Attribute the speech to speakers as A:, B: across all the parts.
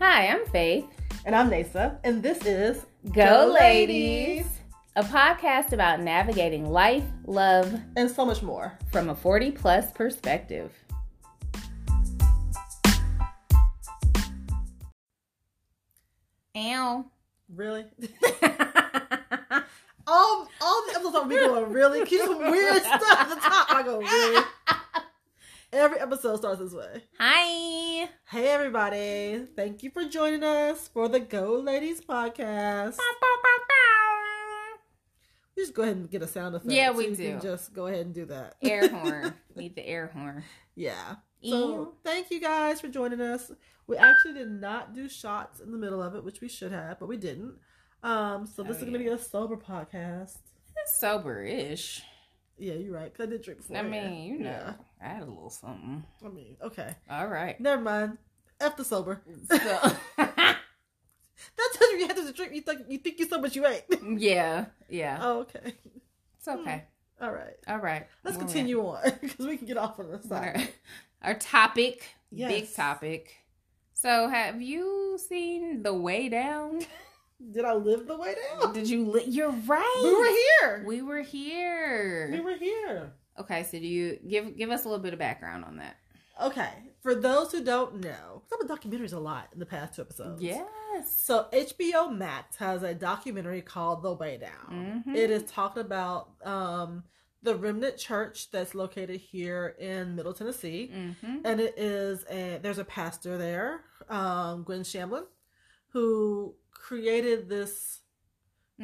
A: Hi, I'm Faith.
B: And I'm Nasa, and this is
A: Go, ladies. A podcast about navigating life, love,
B: and so much more.
A: from a 40 plus perspective. Ow.
B: Really? all all the episodes are me going really. Keep some weird stuff at the top. I go really. Every episode starts this way.
A: Hi.
B: Hey everybody! Thank you for joining us for the Go Ladies podcast. We just go ahead and get a sound effect.
A: Yeah, we
B: so you Can
A: do.
B: just go ahead and do that.
A: Air horn. Need the air horn.
B: yeah.
A: Ew.
B: So thank you guys for joining us. We actually did not do shots in the middle of it, which we should have, but we didn't. Um, so this
A: Oh,
B: is gonna be a sober podcast.
A: Sober-ish.
B: Yeah, you're right. 'cause I did drink before.
A: I
B: yeah.
A: mean, you know,
B: Yeah.
A: I had a little something.
B: I mean, okay.
A: All right.
B: Never mind. F the sober.
A: So,
B: That's what you have to drink. You think you think you're sober, but you ain't.
A: yeah, yeah.
B: oh, okay.
A: It's okay.
B: All right.
A: All right.
B: Let's
A: Where we at?
B: continue on because we can get off on this
A: Our,
B: side.
A: our topic, big
B: Yes.
A: topic. So, have you seen The Way Down?
B: Did I live the way down?
A: Did you? Li- You're right.
B: We were here.
A: We were here.
B: We were here.
A: Okay, so do you give give us a little bit of background on that?
B: Okay. For those who don't know, I've done documentaries a lot in the past two episodes.
A: Yes.
B: So HBO Max has a documentary called The Way Down.
A: Mhm.
B: It is talking about um, the Remnant Church that's located here in Middle Tennessee.
A: Mm-hmm.
B: and it is a there's a pastor there um gwen shamblin who created this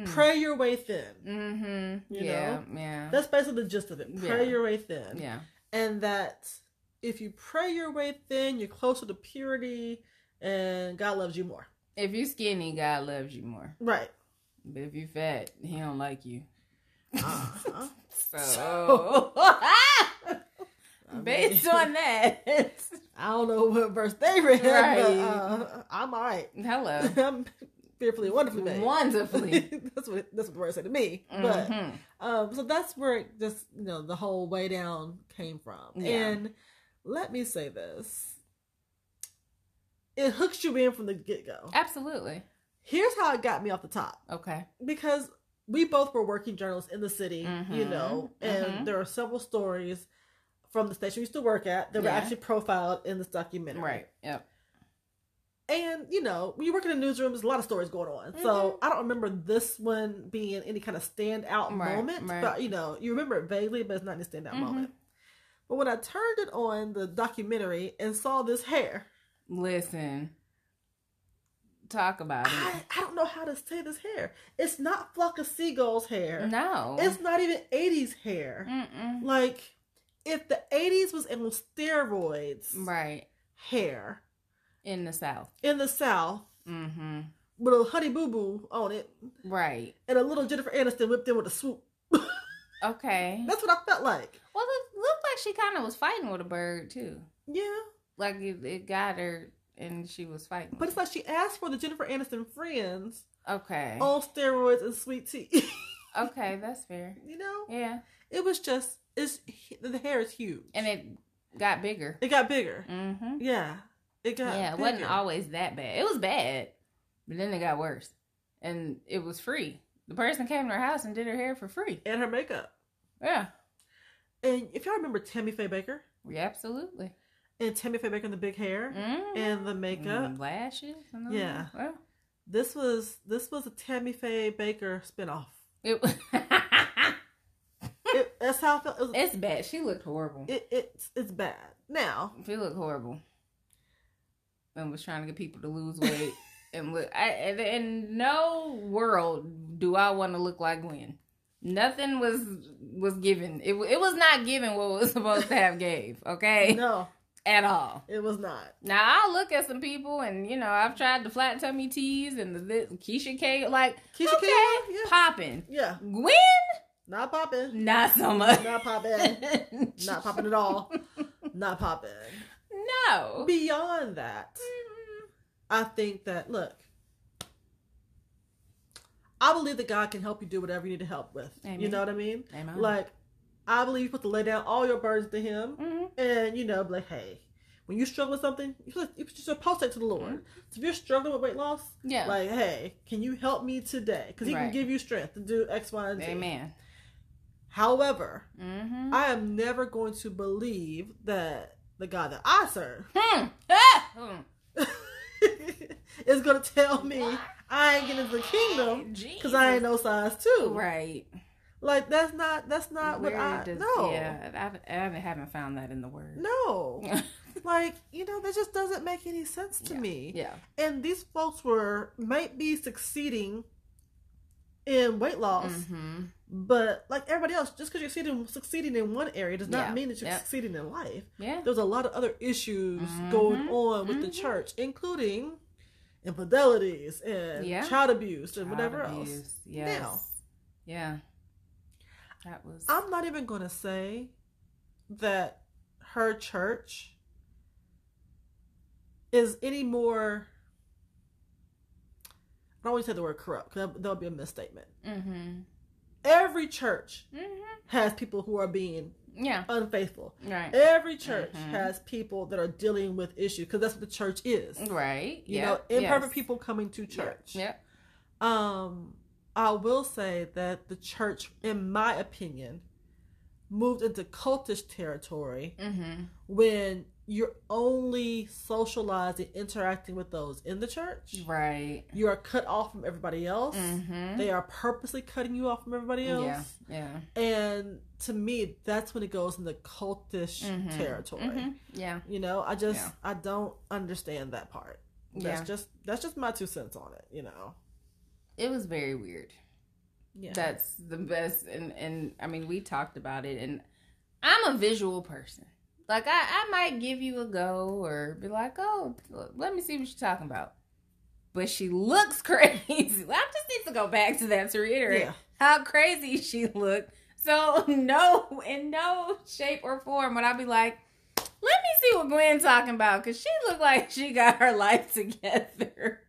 B: pray your way thin
A: Mm. Mm-hmm.
B: You
A: Yeah. Yeah.
B: that's basically the gist of it pray
A: Yeah.
B: your way thin
A: yeah.
B: and that if you pray your way thin you're closer to purity and god loves you more
A: If you skinny, God loves you more.
B: right
A: But if you fat, He don't like you.
B: Uh-huh.
A: So,
B: I
A: based
B: mean,
A: on that,
B: i don't know what verse they read but
A: Right.
B: uh, i'm all right
A: hello,
B: i'm fearfully and wonderfully made
A: wonderfully.
B: that's what that's what the word said to me but
A: Mhm.
B: Um, so that's where it just you know the whole way down came from.
A: Yeah.
B: And let me say this. It hooks you in from the get go.
A: Absolutely.
B: Here's how it got me off the top.
A: Okay.
B: Because we both were working journalists in the city, you
A: Mhm.
B: know, and
A: Mhm.
B: there are several stories from the station we used to work at that were
A: Yeah.
B: actually profiled in this documentary.
A: Right. Yep.
B: And, you know, when you work in a newsroom, there's a lot of stories going on. So
A: Mm-hmm.
B: I don't remember this one being any kind of standout
A: Right,
B: moment.
A: right.
B: But, you know, you remember it vaguely, but it's not any standout
A: Mhm.
B: moment. But when I turned it on the documentary and saw this hair,
A: Listen. Talk about
B: I,
A: it.
B: I don't know how to say this hair. It's not Flock of Seagulls hair.
A: No. Mm-hmm.
B: It's not even 80s hair.
A: Mm-mm.
B: Like, if the 80s was on steroids
A: right
B: hair
A: in the South.
B: in the South
A: Mm-hmm.
B: with a honey boo boo on it
A: Right.
B: and a little Jennifer Aniston whipped in with a swoop.
A: Okay.
B: That's what I felt like.
A: Well, it looked like she kind of was fighting with a bird too.
B: Yeah,
A: Like it, it got her, and she was fighting.
B: but it's like she asked for the Jennifer Aniston friends
A: okay.
B: on steroids and sweet tea.
A: Okay, that's fair.
B: you know,
A: Yeah,
B: it was just it's the hair is huge
A: and it got bigger.
B: it got bigger.
A: Mm-hmm.
B: Yeah, it got
A: Yeah, it
B: bigger.
A: wasn't always that bad. It was bad, but then it got worse, and it was free. The person came to her house and did her hair for free.
B: and her makeup.
A: Yeah,
B: And if y'all remember Tammy Faye Baker
A: yeah, absolutely.
B: and Tammy Faye Baker and the big hair
A: Mm.
B: and the makeup,
A: Mm, lashes. And all
B: Yeah.
A: that. Well,
B: this was this was a Tammy Faye Baker spinoff.
A: it.
B: It, that's how I felt. It, was,
A: it's bad. She looked horrible.
B: it, it's it's bad now.
A: She looked horrible, and was trying to get people to lose weight. and look, I and in no world do I want to look like Gwen. Nothing was was given. It wa- it was not given what was supposed to have gave. Okay,
B: No,
A: at all.
B: it was not.
A: Now I'll look at some people, and you know I've tried the flat tummy tees and the this, Keisha K. Like
B: Keisha
A: okay,
B: K, yeah.
A: popping.
B: Yeah,
A: Gwen,
B: not popping.
A: not so much.
B: Not popping. not popping at all. Not popping.
A: No.
B: Beyond that,
A: Mm.
B: I think that look, I believe that God can help you do whatever you need to help with. You
A: Amen.
B: know what I mean?
A: Amen.
B: Like, I believe you put to lay down all your burdens to Him,
A: Mhm.
B: and you know, be like, hey, When you struggle with something, you're supposed to take to the Lord. So if you're struggling with weight loss,
A: Mm-hmm. Yeah.
B: like, hey, can you help me today? Because He
A: Right.
B: can give you strength to do X, Y, and Z.
A: Amen.
B: However,
A: Mm-hmm.
B: I am never going to believe that the God that I serve
A: Hmm. Ah! Hmm.
B: is going to tell me I ain't getting the kingdom because I ain't no size two.
A: Right.
B: Like that's not that's not
A: Where
B: what I
A: does-
B: no
A: Yeah, I, I haven't found that in the word.
B: no. like you know that just doesn't make any sense to me.
A: yeah.
B: And these folks were might be succeeding in weight loss,
A: Mm-hmm.
B: but like everybody else, just because you're succeeding, succeeding in one area does not
A: Yeah.
B: mean that you're
A: Yep.
B: succeeding in life.
A: Yeah.
B: There's a lot of other issues going
A: Mhm.
B: on with the
A: Mhm.
B: church, including infidelities and
A: Yeah.
B: child abuse and whatever
A: Child
B: else.
A: abuse. Yes.
B: Now.
A: Yeah. That was.
B: I'm not even going to say that her church is any more. I don't want to say the word corrupt because that would be a misstatement.
A: mm-hmm.
B: Every church
A: Mm-hmm.
B: has people who are being
A: Yeah.
B: unfaithful.
A: Right.
B: Every church
A: Mhm.
B: has people that are dealing with issues because that's what the church is.
A: Right.
B: You
A: yeah.
B: know, imperfect
A: Yes.
B: people coming to church.
A: Yeah.
B: Um, I will say that the church, in my opinion, moved into cultish territory
A: Mm-hmm.
B: when you're only socializing, interacting with those in the church.
A: Right.
B: You are cut off from everybody else.
A: Mm-hmm.
B: They are purposely cutting you off from everybody
A: Yeah.
B: else.
A: Yeah.
B: And to me, that's when it goes into cultish
A: Mhm.
B: territory.
A: Mhm. Yeah.
B: You know, I just
A: Yeah.
B: I don't understand that part. That's
A: Yeah.
B: just that's just my two cents on it, you know.
A: It was very weird.
B: Yeah.
A: That's the best, and and I mean we talked about it, and I'm a visual person. Like I, I might give you a go or be like, oh, let me see what you're talking about. But she looks crazy. I just need to go back to that to reiterate
B: yeah.
A: how crazy she looked. So no, in no shape or form would I be like, let me see what Gwen talking about, cause she looked like she got her life together.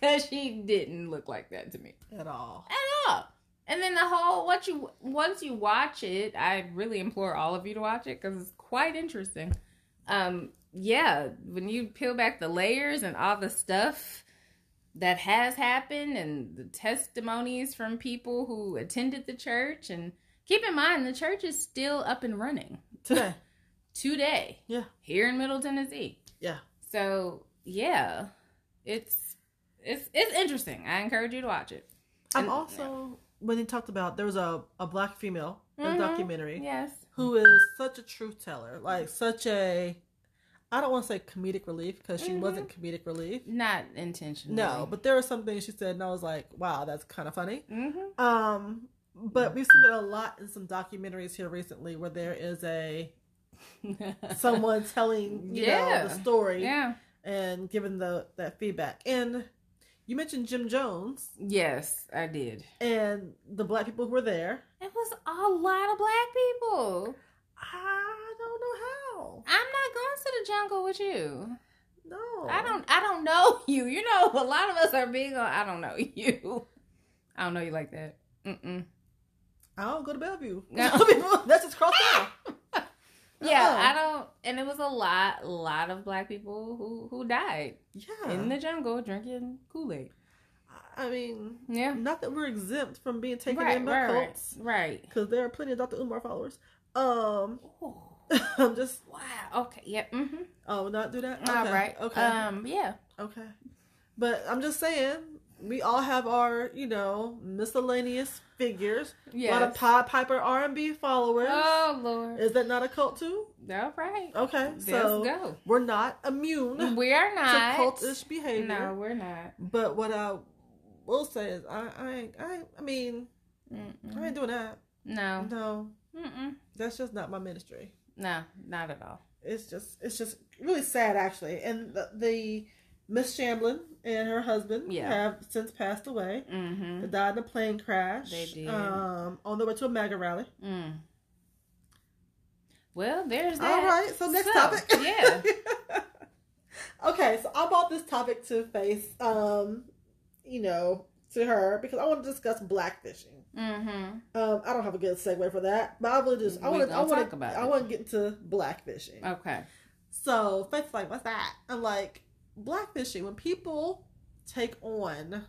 A: Cause she didn't look like that to me
B: At all.
A: at all. And then the whole what you once you watch it, I really implore all of you to watch it because it's quite interesting. Um, yeah, when you peel back the layers and all the stuff that has happened and the testimonies from people who attended the church, and keep in mind the church is still up and running
B: Today.
A: today.
B: Yeah.
A: here in Middle Tennessee.
B: Yeah.
A: So yeah, it's it's it's interesting. I encourage you to watch it.
B: I'm
A: And-
B: also when they talked about there was a, a black female in
A: Mhm.
B: the documentary
A: Yes.
B: who is such a truth teller, like such a I don't want to say comedic relief because she
A: Mhm.
B: wasn't comedic relief.
A: Not intentionally.
B: Mm-hmm. No, but there were some things she said and I was like, wow, that's kind of funny.
A: Mhm.
B: Um, but we've seen it a lot in some documentaries here recently where there is a someone telling you know
A: Yeah.
B: the story
A: yeah.
B: and giving the that feedback. And you mentioned Jim Jones
A: Yes, I did.
B: and the black people who were there.
A: It was a lot of black people.
B: I don't know how.
A: I'm not going to the jungle with you.
B: No,
A: I don't. I don't know you. You know, a lot of us are big on. I don't know you. I don't know you like that. Mm-mm.
B: I don't go to Bellevue.
A: No.
B: That's just crossed out.
A: Yeah,
B: Uh-uh.
A: I don't. And it was a lot, lot of black people who who died
B: Yeah,
A: in the jungle drinking Kool Aid.
B: I mean,
A: Yeah,
B: not that we're exempt from being taken in by
A: right,
B: cults,
A: right.
B: because there are plenty of Dr. Umar followers. Um,
A: Ooh.
B: I'm just
A: Wow. Okay. Yep. Mm-hmm.
B: oh, not do that.
A: All right.
B: Okay.
A: Um. Yeah.
B: Okay. But I'm just saying, we all have our, you know, miscellaneous figures.
A: Yeah.
B: A lot of Pied Piper R&B followers.
A: Oh Lord.
B: Is that not a cult too?
A: All right.
B: Okay.
A: Let's
B: Oh, so
A: go.
B: we're not immune to
A: We are not.
B: cultish behavior.
A: no, we're not.
B: But what I will say is, I, I, ain't- I, ain't- I mean, I
A: Mm-mm.
B: ain't doing that.
A: No.
B: No,
A: Mm-mm.
B: that's just not my ministry.
A: No. Not at all.
B: It's just, it's just really sad actually. And the, the Miss Shamblin and her husband
A: Yeah.
B: have since passed away.
A: Mm-hmm.
B: They died in a plane crash.
A: They did.
B: Um, on their way to a MAGA rally.
A: Mm. Well, there's that.
B: All right. So next
A: So,
B: topic.
A: yeah.
B: okay. So I brought this topic to face, um, you know, to her because I want to discuss blackfishing.
A: Mm-hmm.
B: Um, I don't have a good segue for that, but I really just I
A: We
B: want to I
A: gonna
B: want
A: talk
B: to
A: about
B: I
A: it. Uh,
B: want to get into blackfishing.
A: Okay.
B: So Faith's like, what's that? I'm like, blackfishing. When people take on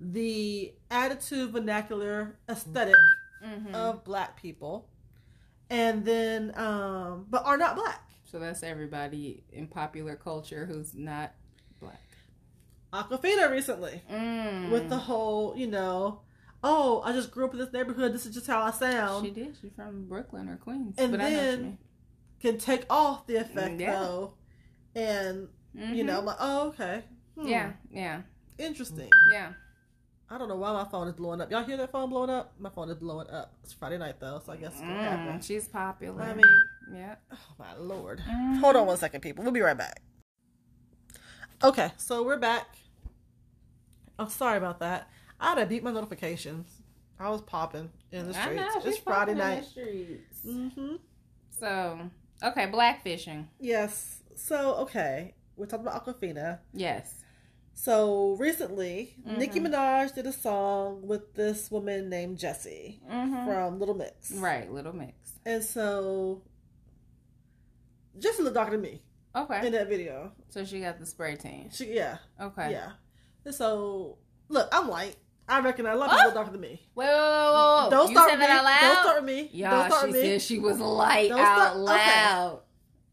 B: the attitude, vernacular, esthetic
A: hmm
B: of black people, and then, um, but are not black.
A: so that's everybody in popular culture who's not black.
B: Aquafina recently
A: Mm.
B: with the whole, you know, oh, I just grew up in this neighborhood. This is just how I sound.
A: she did. She's from Brooklyn or Queens,
B: And
A: but
B: then, Can take off the effect
A: Yeah.
B: though, and
A: I know what you mean.
B: you
A: Mhm.
B: know, I'm like, oh, okay, Hmm,
A: yeah, yeah,
B: interesting.
A: yeah.
B: I don't know why my phone is blowing up. Y'all hear that phone blowing up? My phone is blowing up. It's Friday night though, so I guess it's gonna happen.
A: Mm, she's popular.
B: I mean,
A: yeah.
B: oh my lord.
A: Mhm.
B: Hold on one second, people. We'll be right back. Okay, so we're back. Oh, sorry about that. I had to beat my notifications. I was popping in the
A: I
B: streets.
A: know,
B: it's
A: she's popular
B: Friday
A: in the
B: night.
A: streets.
B: hmm
A: So, okay, blackfishing.
B: Yes. So, okay. We're talking about Aquafina.
A: Yes.
B: So, recently, Nicki
A: Mhm.
B: Minaj did a song with this woman named Jessie
A: Mhm.
B: from Little Mix.
A: Right, Little Mix.
B: And so, Jessie looked darker than me
A: Okay.
B: in that video.
A: So she got the spray tan.
B: She, yeah.
A: Okay.
B: Yeah. And so, look, I'm white. I recognize a lot of
A: What?
B: people darker than me.
A: Whoa, Oh! whoa, whoa, whoa.
B: Don't
A: you
B: start
A: said
B: with me.
A: that out loud?
B: Don't start with me.
A: Y'all,
B: Don't start
A: she
B: with me.
A: said she was light
B: Don't
A: out
B: start- okay.
A: loud.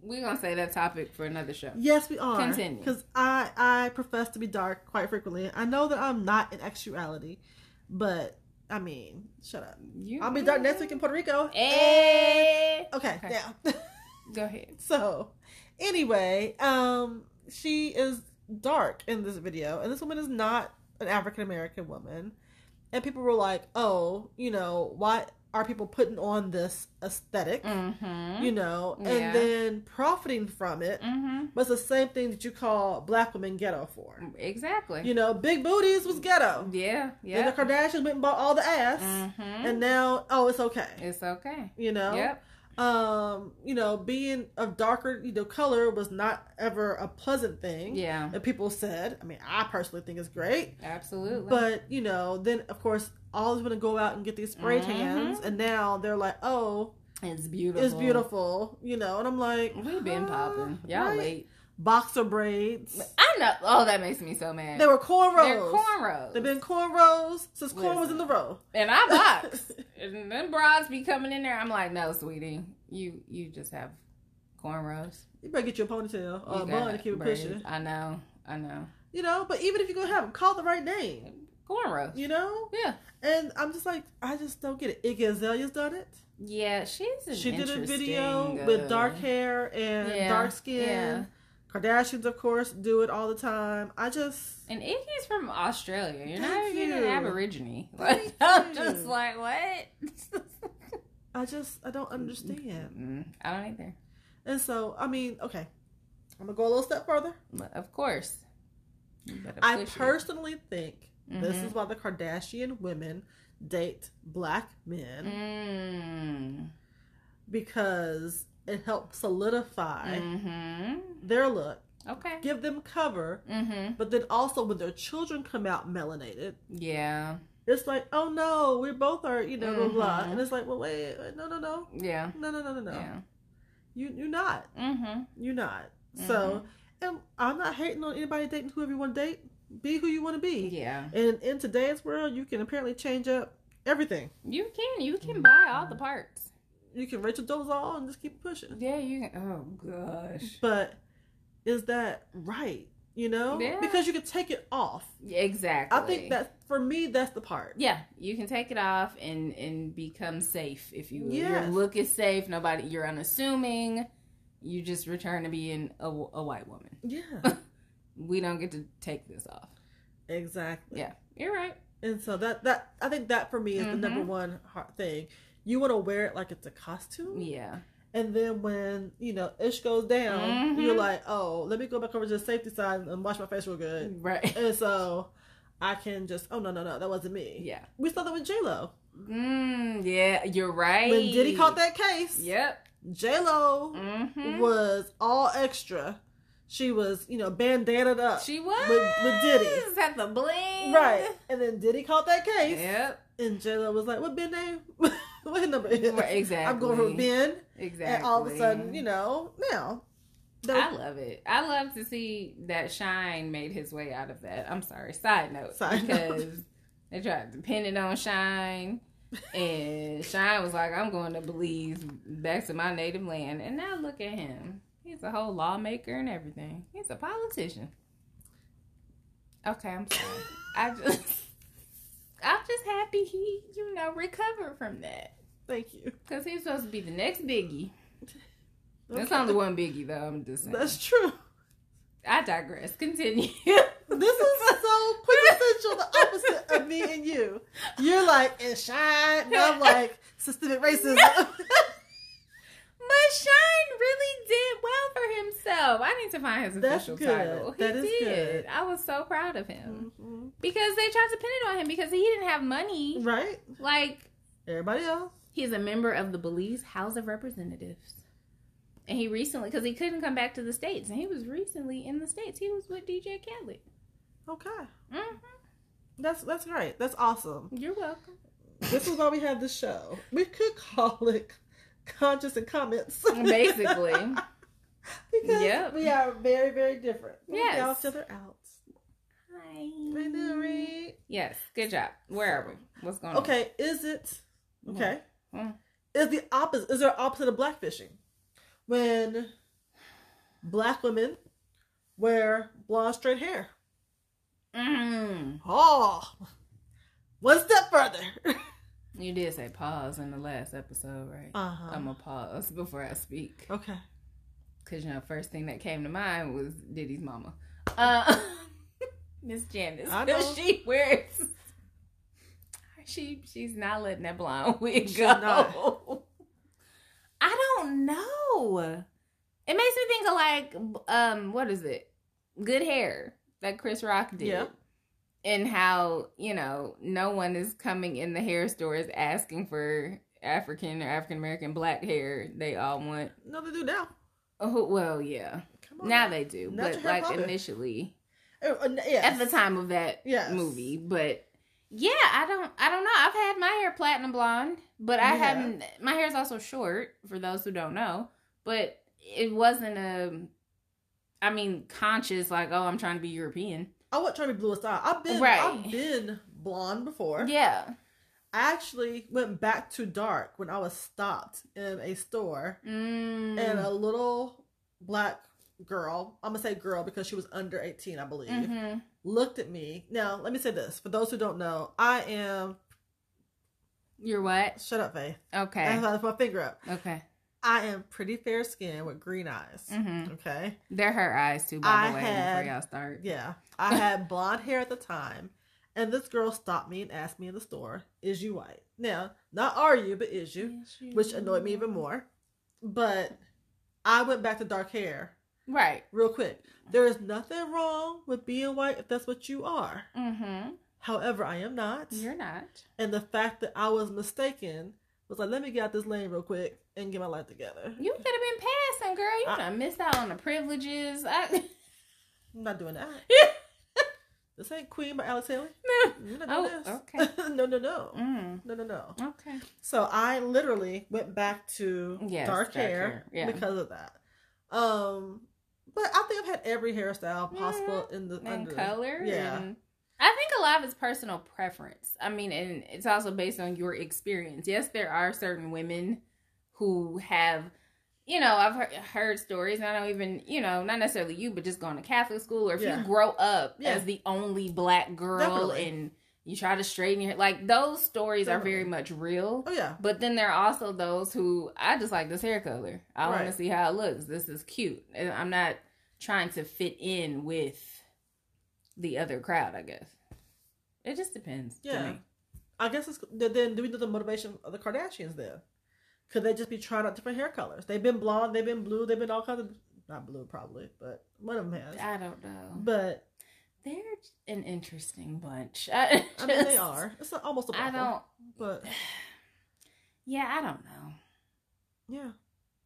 A: We're going to say that topic for another show.
B: Yes, we are.
A: Continue.
B: Because I I profess to be dark quite frequently. I know that I'm not in actuality, but I mean, shut up.
A: You,
B: I'll be dark next week Eh. in Puerto Rico.
A: Hey.
B: Okay,
A: Okay.
B: now.
A: Go ahead.
B: so, anyway, um, she is dark in this video, and this woman is not an African American woman. And people were like, "Oh, you know, why are people putting on this aesthetic?
A: Mm-hmm.
B: You know, and
A: Yeah.
B: then profiting from it."
A: mm-hmm.
B: was the same thing that you call black women ghetto for.
A: Exactly.
B: You know, big booties was ghetto.
A: yeah,
B: Then
A: yeah.
B: the Kardashians went and bought all the ass,
A: Mm-hmm.
B: and now oh, it's okay.
A: it's okay.
B: You know,
A: Yep.
B: um, you know, being of darker you know color was not ever a pleasant thing.
A: Yeah.
B: that people said. I mean, I personally think it's great,
A: Absolutely.
B: but you know, then of course all is going to go out and get these spray
A: Mhm.
B: tans, and now they're like, oh,
A: it's beautiful.
B: it's beautiful. You know, and I'm like,
A: We've been
B: huh,
A: popping. Y'all all
B: right?
A: late.
B: Boxer braids.
A: I know. Oh, that makes me so mad.
B: They were cornrows.
A: They're cornrows.
B: They've been cornrows since corn was in
A: Listen.
B: the row.
A: and I box. and them bras be coming in there. I'm like, no, sweetie, you you just have cornrows.
B: You better get your ponytail or
A: You
B: a
A: got
B: bun Oh, to keep it
A: braids.
B: pushing.
A: I know. I know.
B: You know, but even if you're gonna have them, call the right name.
A: Cornrows.
B: You know,
A: Yeah.
B: and I'm just like, I just don't get it. Iggy Azalea's done it.
A: Yeah, she's an
B: she did a
A: interesting,
B: video
A: uh,
B: with dark hair and
A: yeah,
B: dark skin.
A: yeah.
B: Kardashians, of course, do it all the time. I just
A: And Iggy's from Australia. You're not
B: Thank
A: even an
B: you.
A: Aborigine.
B: Thank
A: Like, I'm
B: you.
A: just like, what?
B: I just I don't understand.
A: Mm, I don't either.
B: And so I mean, okay. I'm gonna go a little step further.
A: But of course. You better
B: I
A: push it.
B: personally think this
A: Mhm.
B: is why the Kardashian women date black
A: Mm-hmm.
B: men
A: Mm.
B: because it helps solidify
A: hmm
B: their look,
A: Okay.
B: give them cover,
A: Mm-hmm.
B: but then also when their children come out melanated,
A: Yeah.
B: it's like, oh no, we both are, you know, blah blah.
A: Mhm.
B: And it's like, well, wait, wait, no, no, no,
A: Yeah.
B: no, no, no, no, no.
A: Yeah.
B: You, you're not,
A: Mm-hmm.
B: you're not. So, and I'm not hating on anybody dating whoever you want to date. Be who you want to be.
A: Yeah.
B: And in today's world, you can apparently change up everything.
A: You can. You
B: Mm-hmm.
A: can buy all the parts.
B: you can Rachel Dolezal and just keep pushing.
A: Yeah, you can. Oh, gosh.
B: But is that right? You know,
A: Yeah.
B: because you can take it off.
A: Exactly.
B: I think that for me, that's the part.
A: Yeah, you can take it off and and become safe if you will.
B: Yes.
A: Your look is safe. Nobody, you're unassuming. You just return to being a, a white woman.
B: Yeah,
A: We don't get to take this off.
B: exactly.
A: Yeah, you're right.
B: And so that that I think that for me is the
A: Mhm.
B: number one hard thing. You want to wear it like it's a costume,
A: Yeah,
B: and then when you know ish goes down,
A: Mhm.
B: you're like, oh, let me go back over to the safety side and wash my face real good,
A: right.
B: and so I can just, oh no no no, that wasn't me.
A: Yeah.
B: We saw that with J Lo
A: Mm, yeah, you're right.
B: when Diddy caught that case.
A: Yep.
B: J Lo
A: Mm-hmm.
B: was all extra. She was, you know, bandanaed up.
A: She was
B: with- with Diddy.
A: at the bling.
B: right. And then Diddy caught that case.
A: Yep.
B: And J Lo was like, What Ben name? what his number is?
A: Right, exactly.
B: I'm going for Ben.
A: Exactly.
B: And all of a sudden, you know, now The-
A: I love it. I love to see that Shine made his way out of that. I'm sorry. Side note.
B: Side note.
A: because they tried to pin it on Shine. And Shine was like, I'm going to Belize back to my native land. And now look at him. He's a whole lawmaker and everything. He's a politician. Okay, I'm sorry. I just I'm just happy he, you know, recovered from that.
B: Thank you.
A: Because he's supposed to be the next biggie. That's
B: Okay.
A: only one biggie though, I'm just saying.
B: That's true.
A: I digress. Continue.
B: This is so quintessential the opposite of me and you. You're like, and shine. And I'm like, systemic racism.
A: But Shine really did well for himself. I need to find his
B: That's
A: official
B: good.
A: title. He
B: That is
A: did.
B: good.
A: I was so proud of him.
B: Mhm.
A: Because they tried to pin it on him because he didn't have money.
B: Right?
A: Like,
B: Everybody else.
A: he's a member of the Belize House of Representatives. And he recently, because he couldn't come back to the States, and he was recently in the States. He was with DJ Khaled.
B: Okay.
A: Mhm.
B: That's that's great. That's awesome.
A: You're welcome.
B: This is why we have the show. We could call it Conscious and Comments.
A: Basically.
B: because
A: Yep.
B: we are very, very different. We
A: Yes.
B: balance each other out. I know,
A: Hi.
B: right?
A: Yes, good job. Where are we? What's going on?
B: Okay, is it okay?
A: Mm.
B: Is the opposite? Is there opposite of blackfishing, when black women wear blonde straight hair?
A: Mm.
B: Oh, one step further.
A: You did say pause in the last episode, right?
B: Uh
A: I'm
B: huh.
A: gonna pause before I speak
B: Okay.
A: because you know first thing that came to mind was Diddy's mama, uh, Miss Janice.
B: I know.
A: She wears. She she's not letting that blonde wig
B: She's
A: go.
B: not.
A: I don't know. It makes me think of like um what is it? Good hair that Chris Rock did.
B: Yeah.
A: And how, you know, no one is coming in the hair stores asking for African or African American black hair. They all want
B: No, they do now.
A: Oh well, yeah.
B: Come
A: Now they do.
B: Not your
A: but
B: hair
A: like
B: powder.
A: initially
B: Uh, uh, yes.
A: at the time of that
B: Yes.
A: movie. But yeah, I don't I don't know. I've had my hair platinum blonde, but I
B: You have.
A: haven't my hair's also short, for those who don't know. But it wasn't a I mean, conscious like, oh, I'm trying to be European.
B: I wasn't trying to be blue style. I've been
A: Right.
B: I've been blonde before.
A: Yeah.
B: I actually went back to dark when I was stopped in a store
A: Mm.
B: and uh, a little black girl, I'm gonna say girl because she was under 18, I believe,
A: Mhm.
B: looked at me. Now, let me say this for those who don't know, I am
A: You're what?
B: shut up, Faith. I
A: Okay.
B: have my finger up.
A: Okay.
B: I am pretty fair skinned with green eyes.
A: hmm
B: Okay,
A: They're her eyes too, by
B: I
A: the way,
B: had-
A: before y'all start.
B: yeah, I had blonde hair at the time, and this girl stopped me and asked me in the store, Is you white? Now, not are you, but is you, which annoyed me even more. But I went back to dark hair
A: Right.
B: real quick. There is nothing wrong with being white if that's what you are.
A: Mm-hmm.
B: However, I am not.
A: You're not.
B: and the fact that I was mistaken was like, let me get out this lane real quick and get my life together.
A: You could have been passing, girl. You
B: I-
A: could have missed out on the privileges. I,
B: I'm not doing that. this ain't Queen by Alex Haley. You're not doing
A: Oh,
B: this. no, no, no.
A: Mm,
B: No, no, no.
A: okay.
B: So I literally went back to
A: Yes, dark
B: dark, hair,
A: hair, yeah.
B: because of that. Um, but I think I've had every hairstyle possible in the
A: And
B: under.
A: color.
B: Yeah.
A: And I think a lot of it's personal preference. I mean, and it's also based on your experience. Yes, there are certain women who have, you know, I've heard, heard stories, and I don't even, you know, not necessarily you, but just going to Catholic school, or if
B: Yeah.
A: you grow up
B: Yeah.
A: as the only black girl
B: Definitely.
A: and you try to straighten your like those stories
B: Definitely.
A: are very much real.
B: Oh yeah,
A: But then there are also those who I just like this hair color. I want
B: Right.
A: to see how it looks. This is cute, and I'm not trying to fit in with the other crowd. I guess it just depends.
B: Yeah.
A: to me.
B: I guess it's th- then do we know the motivation of the Kardashians then? Could they just be trying out different hair colors? They've been blonde, they've been blue, they've been all kinds of not blue probably, but one of them has.
A: I don't know.
B: But
A: They're an interesting bunch. I,
B: I mean, they
A: just-
B: are. It's a- almost a
A: I
B: problem.
A: don't.
B: But
A: Yeah, I don't know.
B: yeah,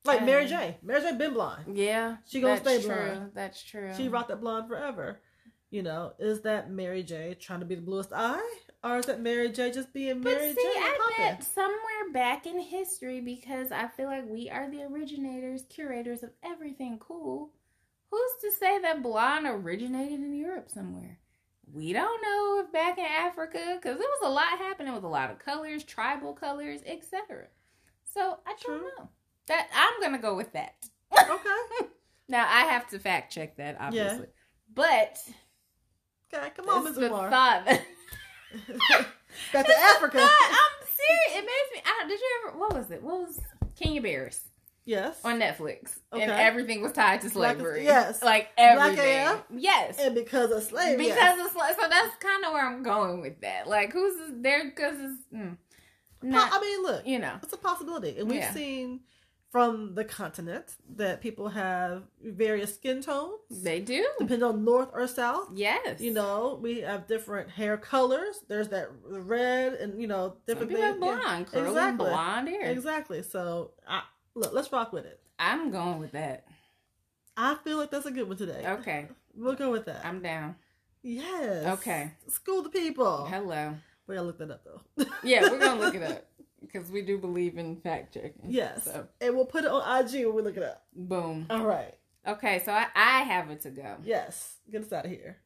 B: like
A: I-
B: Mary J. Mary J. Been blonde.
A: Yeah,
B: She gonna
A: that's
B: stay
A: true.
B: blonde.
A: That's true.
B: She rocked that blonde forever. You know, is that Mary J. trying to be the bluest eye, or is that Mary J. just being
A: But
B: Mary
A: see,
B: J. and
A: I
B: popping?
A: bet somewhere back in history, because I feel like we are the originators, curators of everything cool. Who's to say that blonde originated in Europe somewhere? We don't know if back in Africa, because there was a lot happening with a lot of colors, tribal colors, etc. So I don't
B: True.
A: know. That I'm gonna go with that.
B: Okay.
A: Now I have to fact check that, obviously. But
B: Okay, come on,
A: it's
B: Miss
A: the
B: Umar.
A: thought that
B: Back to Africa.
A: God, I'm serious. It makes me. I, did you ever? What was it? What was Kenya Bears
B: Yes.
A: on Netflix? And
B: Okay.
A: everything was tied to
B: Black is-
A: slavery.
B: yes.
A: like
B: Black
A: everything.
B: AF?
A: yes.
B: and because of slavery.
A: because
B: yes.
A: it's like, so that's kind of where I'm going with that. Like, who's is there? Because it's mm, not,
B: I mean, look,
A: you know,
B: it's a possibility, and we've
A: Yeah.
B: seen from the continent that people have various skin tones,
A: they do.
B: depending on north or south.
A: Yes,
B: You know, we have different hair colors. There's that red, and you know,
A: some
B: different
A: people have
B: things. Yeah,
A: blonde, curly
B: Exactly.
A: blonde hair.
B: Exactly. So, I, look, let's rock with it.
A: I'm going with that.
B: I feel like that's a good one today.
A: Okay,
B: We'll go with that.
A: I'm down.
B: yes.
A: Okay.
B: School the people.
A: Hello.
B: We gotta look that up though.
A: Yeah, we're gonna look it up because we do believe in fact checking.
B: yes.
A: So,
B: And we'll put it on IG when we look it up.
A: boom.
B: All right.
A: Okay, so I, I have it to go.
B: Yes. Get us out of here.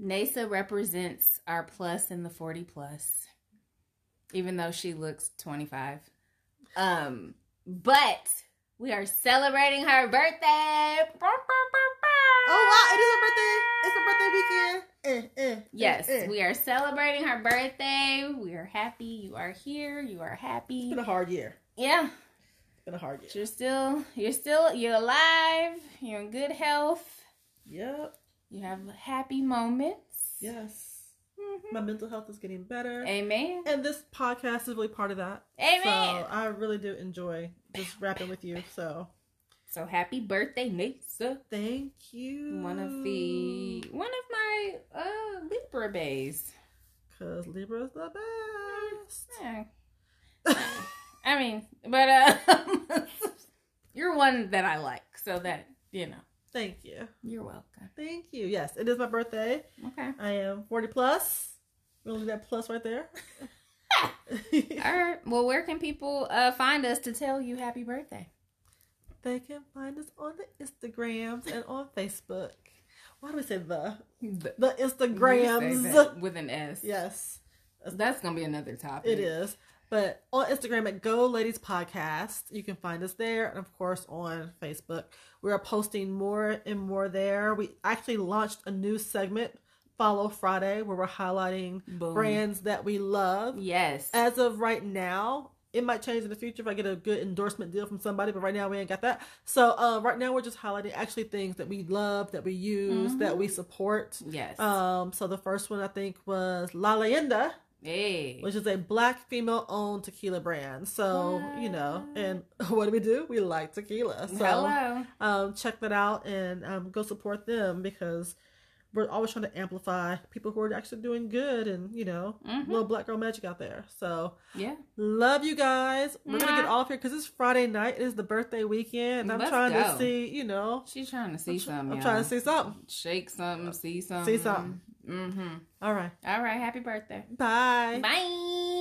A: NASA represents our plus in the 40 plus, even though she looks 25. Um, but we are celebrating her birthday.
B: Oh wow! It is her birthday. It's her birthday weekend. Eh, eh,
A: Yes,
B: eh, eh.
A: we are celebrating her birthday. We are happy you are here. You are
B: It's
A: happy.
B: been a hard year.
A: Yeah,
B: It's been a hard year.
A: you're still, you're still, you're alive. You're in good health.
B: Yep.
A: You have happy moments.
B: Yes.
A: Mhm.
B: My mental health is getting better,
A: Amen.
B: and this podcast is really part of that.
A: Amen.
B: So I really do enjoy just rapping with you. So
A: So happy birthday, Nisa.
B: thank you.
A: One of the one of my uh Libra bays.
B: Cause Libra is the best.
A: Yeah. I mean, but uh you're one that I like, so that you know.
B: thank you.
A: You're welcome.
B: Thank you. Yes, it is my birthday.
A: Okay.
B: I am 40 plus. We'll leave that plus right there.
A: All right. Well, where can people uh find us to tell you happy birthday?
B: They can find us on the Instagrams and on Facebook. Why do we say the? The
A: You say
B: Instagrams.
A: that With an S.
B: Yes,
A: That's gonna be another topic.
B: it is. But on Instagram at Go Ladies Podcast, you can find us there, and of course on Facebook, we are posting more and more there. We actually launched a new segment, Follow Friday, where we're highlighting
A: Boom.
B: brands that we love.
A: Yes.
B: As of right now, it might change in the future if I get a good endorsement deal from somebody, but right now we ain't got that. So uh, right now we're just highlighting actually things that we love, that we use, that we support.
A: Mm-hmm. yes.
B: Um, so the first one I think was La Leyenda,
A: hey.
B: which is a black female-owned tequila brand. So you know, and what do we do? We like tequila. So
A: Hello.
B: um, check that out and um, go support them because we're always trying to amplify people who are actually doing good and you know
A: Mhm.
B: little black girl magic out there so
A: Yeah.
B: love you guys we're gonna get
A: Mwah.
B: off here because it's friday night it is the birthday weekend and i'm
A: Let's
B: trying
A: go.
B: to see you know
A: She's trying to see
B: I'm tr-
A: something.
B: i'm
A: y'all.
B: trying to see something
A: Shake something, see something.
B: See something.
A: Mm-hmm.
B: all right
A: All right. Happy birthday.
B: bye
A: Bye.